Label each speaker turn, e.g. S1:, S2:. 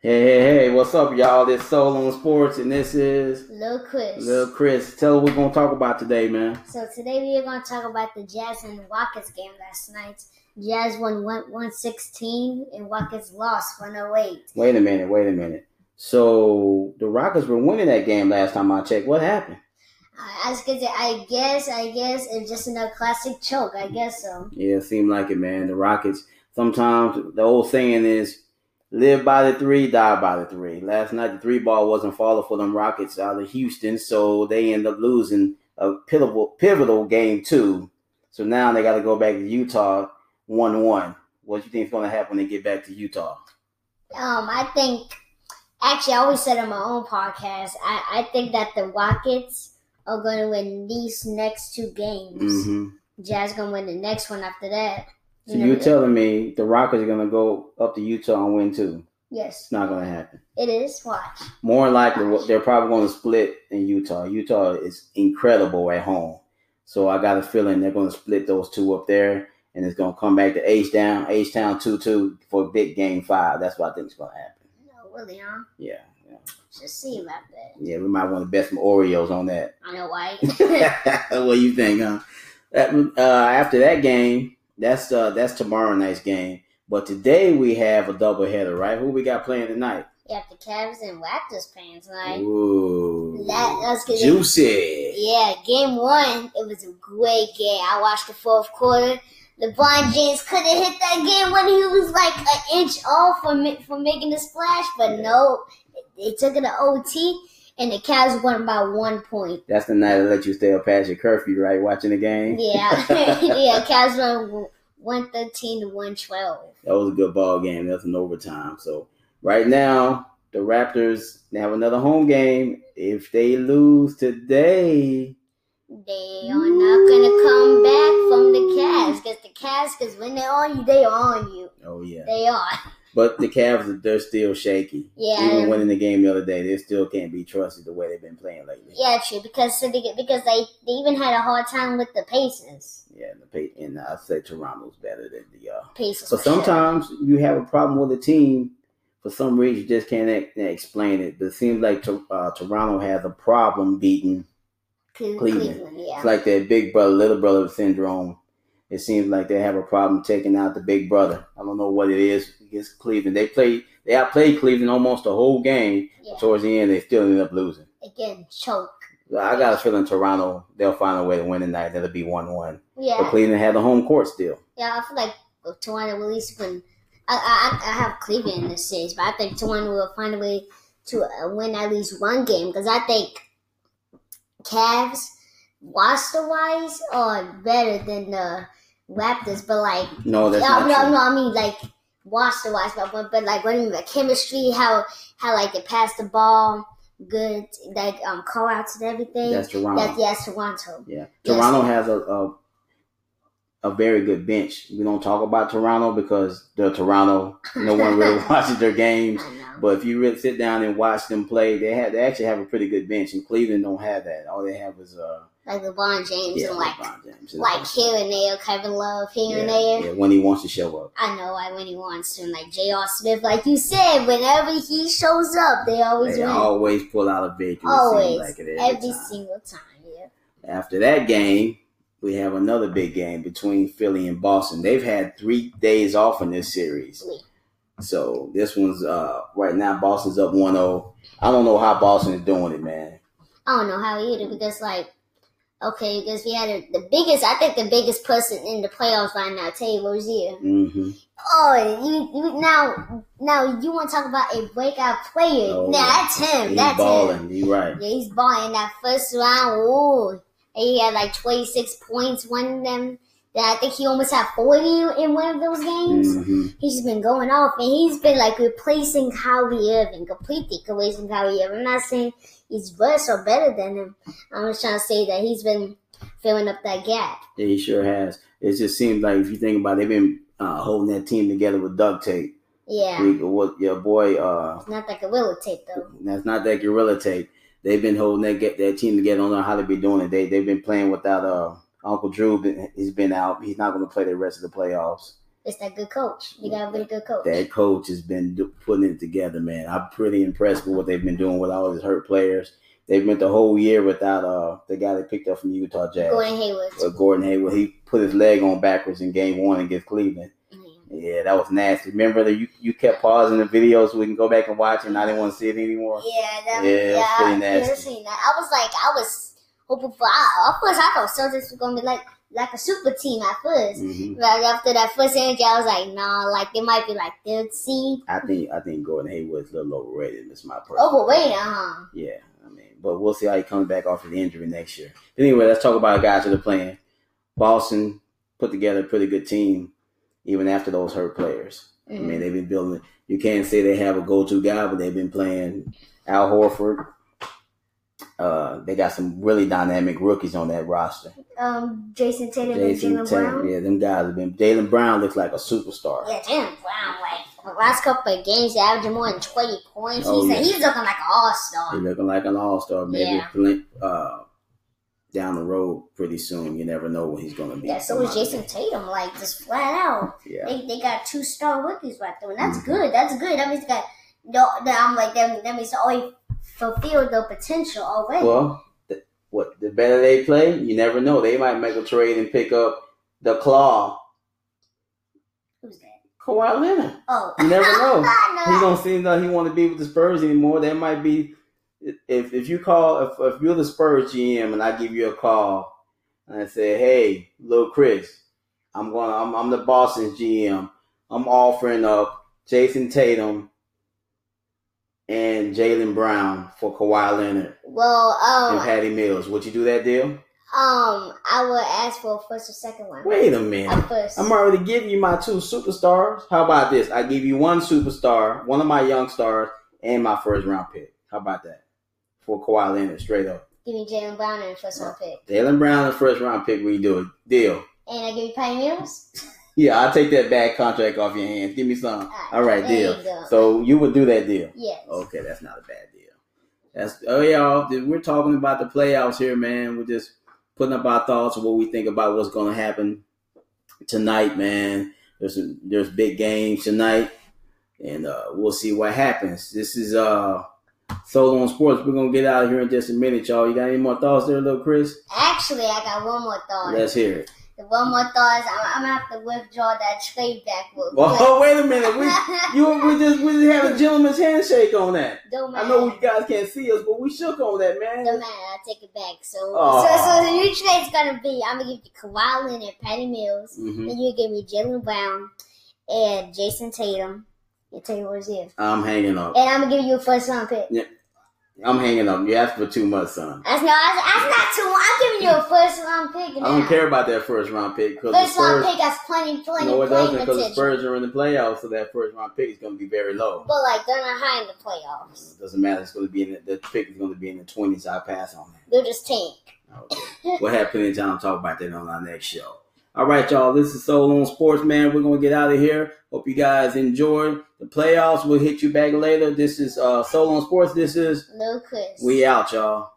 S1: Hey, hey, hey, what's up, y'all? This Soul on Sports, and this is
S2: Lil Chris.
S1: Lil Chris. Tell us what we're going to talk about today, man.
S2: So today we are going to talk about the Jazz and Rockets game last night. Jazz won one- 116 and Rockets lost 108.
S1: Wait a minute, wait a minute. So, the Rockets were winning that game last time I checked. What happened?
S2: I, I was gonna say, I guess, I guess it's just another classic choke. I guess so.
S1: Yeah, it seemed like it, man. The Rockets, sometimes the old saying is live by the three, die by the three. Last night, the three ball wasn't falling for them Rockets out of Houston, so they end up losing a pivotal, pivotal game, too. So now they got to go back to Utah 1 1. What do you think is going to happen when they get back to Utah?
S2: Um, I think actually I always said on my own podcast, I, I think that the Rockets are going to win these next two games.
S1: hmm
S2: Jazz gonna win the next one after that.
S1: So you're telling me the Rockets are going to go up to Utah and win, too?
S2: Yes,
S1: It's not going to happen.
S2: it is. Watch.
S1: More than likely, what- they're probably going to split in Utah. Utah is incredible at home. So I got a feeling they're going to split those two up there, and it's going to come back to H Town, H Town 2 2 for big game five. That's what I think is going to happen.
S2: No, really, huh?
S1: Yeah. Yeah.
S2: Just see about that.
S1: Yeah. We might want to bet some Oreos on that.
S2: I know, right?
S1: what do you think, huh? That, uh, after that game, that's uh, that's tomorrow night's game. But today we have a doubleheader, right? Who we got playing tonight?
S2: you have the Cavs and Raptors fans, right?
S1: Ooh.
S2: That, that's good.
S1: Juicy.
S2: Yeah, game one, it was a great game. I watched the fourth quarter. LeBron James couldn't hit that game when he was like an inch off from ma- from making the splash, but
S1: Yeah.
S2: no, they took it to OT, and the Cavs won by one point.
S1: That's the night I let you stay up past your curfew, right? Watching the game.
S2: Yeah, yeah, Cavs won one thirteen to one twelve.
S1: That was a good ball game. That's an overtime. So right now, the Raptors they have another home game. If they lose today,
S2: They are not gonna come back from the Cavs, cause the Cavs, cause when they're on you, they are on you.
S1: oh yeah.
S2: They are.
S1: But the Cavs they're still shaky.
S2: Yeah.
S1: Even winning the game the other day, they still can't be trusted the way they've been playing lately.
S2: Yeah, true. Because so they, because they, they even had a hard time with the Pacers.
S1: Yeah, and the Pa- and I say Toronto's better than the uh
S2: Pacers.
S1: So
S2: for sure.
S1: sometimes you have a problem with a team for some reason you just can't ex- explain it. But it seems like to, uh, Toronto has a problem beating.
S2: Cle-
S1: Cleveland.
S2: Cleveland. yeah.
S1: It's like that big brother little brother syndrome. It seems like they have a problem taking out the big brother. I don't know what it is against Cleveland. They play they outplayed Cleveland almost the whole game.
S2: yeah.
S1: Towards the end, they still ended up losing.
S2: Again, choke.
S1: I got a feeling Toronto they'll find a way to win tonight. That'll be one one. But
S2: Yeah,
S1: Cleveland had the home court still.
S2: yeah. I feel like if Toronto will at least win. I, I, I have Cleveland in this series, but I think Toronto will find a way to uh, win at least one game because I think Cavs roster wise are better than the Raptors, but like
S1: No, that's
S2: No,
S1: not
S2: no,
S1: true.
S2: no. I mean like watch the watch, but but like when the chemistry, how how like they pass the ball, good like um call outs and everything.
S1: That's Toronto.
S2: That's yeah, it's Toronto.
S1: Yeah,
S2: Yes.
S1: Toronto has a, a a very good bench. We don't talk about Toronto because they're Toronto. No one really watches their games.
S2: I know.
S1: But if you really sit down and watch them play, they have they actually have a pretty good bench. And Cleveland don't have that. All they have is uh
S2: Like LeBron James
S1: yeah,
S2: and like
S1: LeBron James.
S2: like here and there, Kevin Love here
S1: yeah,
S2: and
S1: yeah,
S2: there.
S1: when he wants to show up.
S2: I know, like when he wants to, and like J.R. Smith, like you said, whenever he shows up, they always
S1: They
S2: win.
S1: always pull out a victory. it seems
S2: Always.
S1: like it every
S2: every
S1: time.
S2: single time. Yeah.
S1: After that game, we have another big game between Philly and Boston. They've had three days off in this series.
S2: Sweet.
S1: So this one's uh right now Boston's up 1-0. I don't know how Boston is doing it, man.
S2: I don't know how either because like okay because we had a, the biggest I think the biggest person in the playoffs right now Terry Rozier.
S1: hmm
S2: Oh you, you now now you want to talk about a breakout player?
S1: Oh,
S2: nah, that's him.
S1: He's
S2: that's him.
S1: balling. You're right.
S2: Yeah, he's balling in that first round. Ooh, and he had like twenty six points. One of them. That I think he almost had forty in one of those games.
S1: hmm
S2: He's just been going off, and he's been like replacing Kyrie Irving, completely replacing Kyrie Irving. I'm not saying he's worse or better than him. I'm just trying to say that he's been filling up that gap.
S1: Yeah, he sure has. It just seems like if you think about it, they've been uh, holding that team together with duct tape.
S2: Yeah,
S1: We- What your boy uh
S2: it's not like a willow tape though.
S1: That's not that gorilla tape. They've been holding that get that team together. I don't know how they be doing it. They they've been playing without uh Uncle Drew. Been, he's been out. He's not going to play the rest of the playoffs.
S2: It's that good coach. They got a really good coach.
S1: That coach has been do- putting it together, man. I'm pretty impressed with what they've been doing with all of his hurt players. They've went the whole year without uh the guy they picked up from Utah Jazz,
S2: Gordon Hayward.
S1: Uh, Gordon Hayward. He put his leg on backwards in game one against Cleveland. Yeah, that was nasty. Remember that you, you kept pausing the video so we can go back and watch it, and I didn't want to see it anymore.
S2: Yeah, that,
S1: Yeah, it was pretty
S2: yeah,
S1: nasty.
S2: yeah, seen that. I was like, I was hoping for. I, of course, I thought Celtics was gonna be like like a super team at first.
S1: hmm
S2: But after that first energy, I was like, nah, like they might be like third seed,
S1: I think I think Gordon Hayward's a little overrated. That's my personal.
S2: overweight, uh huh.
S1: Yeah, I mean, but we'll see how he comes back off of the injury next year. But anyway, let's talk about guys that are playing. Boston put together a pretty good team, even after those hurt players. I
S2: Mm.
S1: mean, they've been building. You can't say they have a go-to guy, but they've been playing Al Horford. Uh, they got some really dynamic rookies on that roster.
S2: Um, Jason Tatum
S1: Jason
S2: and Jalen
S1: Tatum,
S2: Brown. Oh,
S1: yeah, them guys have been. Jalen Brown looks like a superstar.
S2: Yeah, Jalen Brown, like the last couple of games, he averaged more than twenty points.
S1: Oh,
S2: he's
S1: yeah.
S2: he's looking like an all
S1: He's
S2: star.
S1: looking like an all-star. Maybe
S2: Yeah.
S1: Flint, uh, down the road pretty soon. You never know when he's going to be.
S2: Yeah, so was
S1: Somebody-
S2: Jason Tatum, like just flat out.
S1: Yeah.
S2: They, they got two star rookies right there, and that's
S1: Mhm.
S2: good. That's good. That means they got no. That I'm like that. That means they already fulfilled their potential already.
S1: Well, the, what the better they play, you never know. They might make a trade and pick up the claw,
S2: Who's that?
S1: Kawhi Leonard.
S2: Oh,
S1: You never know.
S2: I
S1: He
S2: know.
S1: don't seem like he want to be with the Spurs anymore. That might be if if you call if, if you're the Spurs GM and I give you a call and I say, hey, little Chris, I'm gonna I'm, I'm the Boston GM. I'm offering up Jason Tatum and Jalen Brown for Kawhi Leonard
S2: Well,
S1: and
S2: um,
S1: Patty Mills. Would you do that deal?
S2: um, I would ask for a first or second one.
S1: Wait a minute.
S2: A first.
S1: I'm already giving you my two superstars. How about this? I give you one superstar, one of my young stars, and my first round pick. How about that? For Kawhi Leonard, straight up.
S2: give me Jalen Brown and a first round pick,
S1: Jalen Brown, the first round pick, we do it. Deal.
S2: and I give you Patty Mills.
S1: Yeah, I'll take that bad contract off your hands. Give me some. All right,
S2: there
S1: deal.
S2: you go.
S1: So you would do that deal.
S2: Yes.
S1: Okay, that's not a bad deal. That's oh y'all. th- We're talking about the playoffs here, man. We're just putting up our thoughts of what we think about what's going to happen tonight, man. There's some, there's big games tonight, and uh, we'll see what happens. This is uh solo on sports. We're gonna get out of here in just a minute, y'all. You got any more thoughts there, little Chris?
S2: Actually, I got one more thought.
S1: Let's hear it.
S2: The one more thought is I'm, I'm gonna have to withdraw that trade back. real
S1: Oh, wait a minute. We
S2: quick.
S1: you we just we just had a gentleman's handshake on that.
S2: Don't
S1: I
S2: mind.
S1: know you guys can't see us, but we shook on that, man.
S2: No matter, I take it back. So,
S1: Aw.
S2: so, so the new trade's gonna be I'm gonna give you Kawhi Leonard and Patty Mills,
S1: Mhm.
S2: and you give me Jalen Brown and Jason Tatum. And Tatum Rozier,
S1: I'm hanging up.
S2: and I'm gonna give you a first round pick.
S1: I'm hanging up. You asked for too much, son.
S2: That's not that's not too much. I'm giving you a first round pick.
S1: I
S2: Now.
S1: don't care about that first round pick because the
S2: First round
S1: Spurs.
S2: pick has plenty, plenty,
S1: No, it doesn't
S2: plenty
S1: because the
S2: potential,
S1: Spurs are in the playoffs, so that first round pick is going to be very low.
S2: but like they're not high in the playoffs.
S1: It doesn't matter. It's going to be in the, the pick is going to be in the twenties. I pass on that.
S2: They're just tank.
S1: Okay. we'll have plenty of time to talk about that on our next show. All right, y'all. This is Soul on Sports, man. We're going to get out of here. Hope you guys enjoyed the playoffs. We'll hit you back later. This is uh, Soul on Sports. This is
S2: Little Chris.
S1: we out, y'all.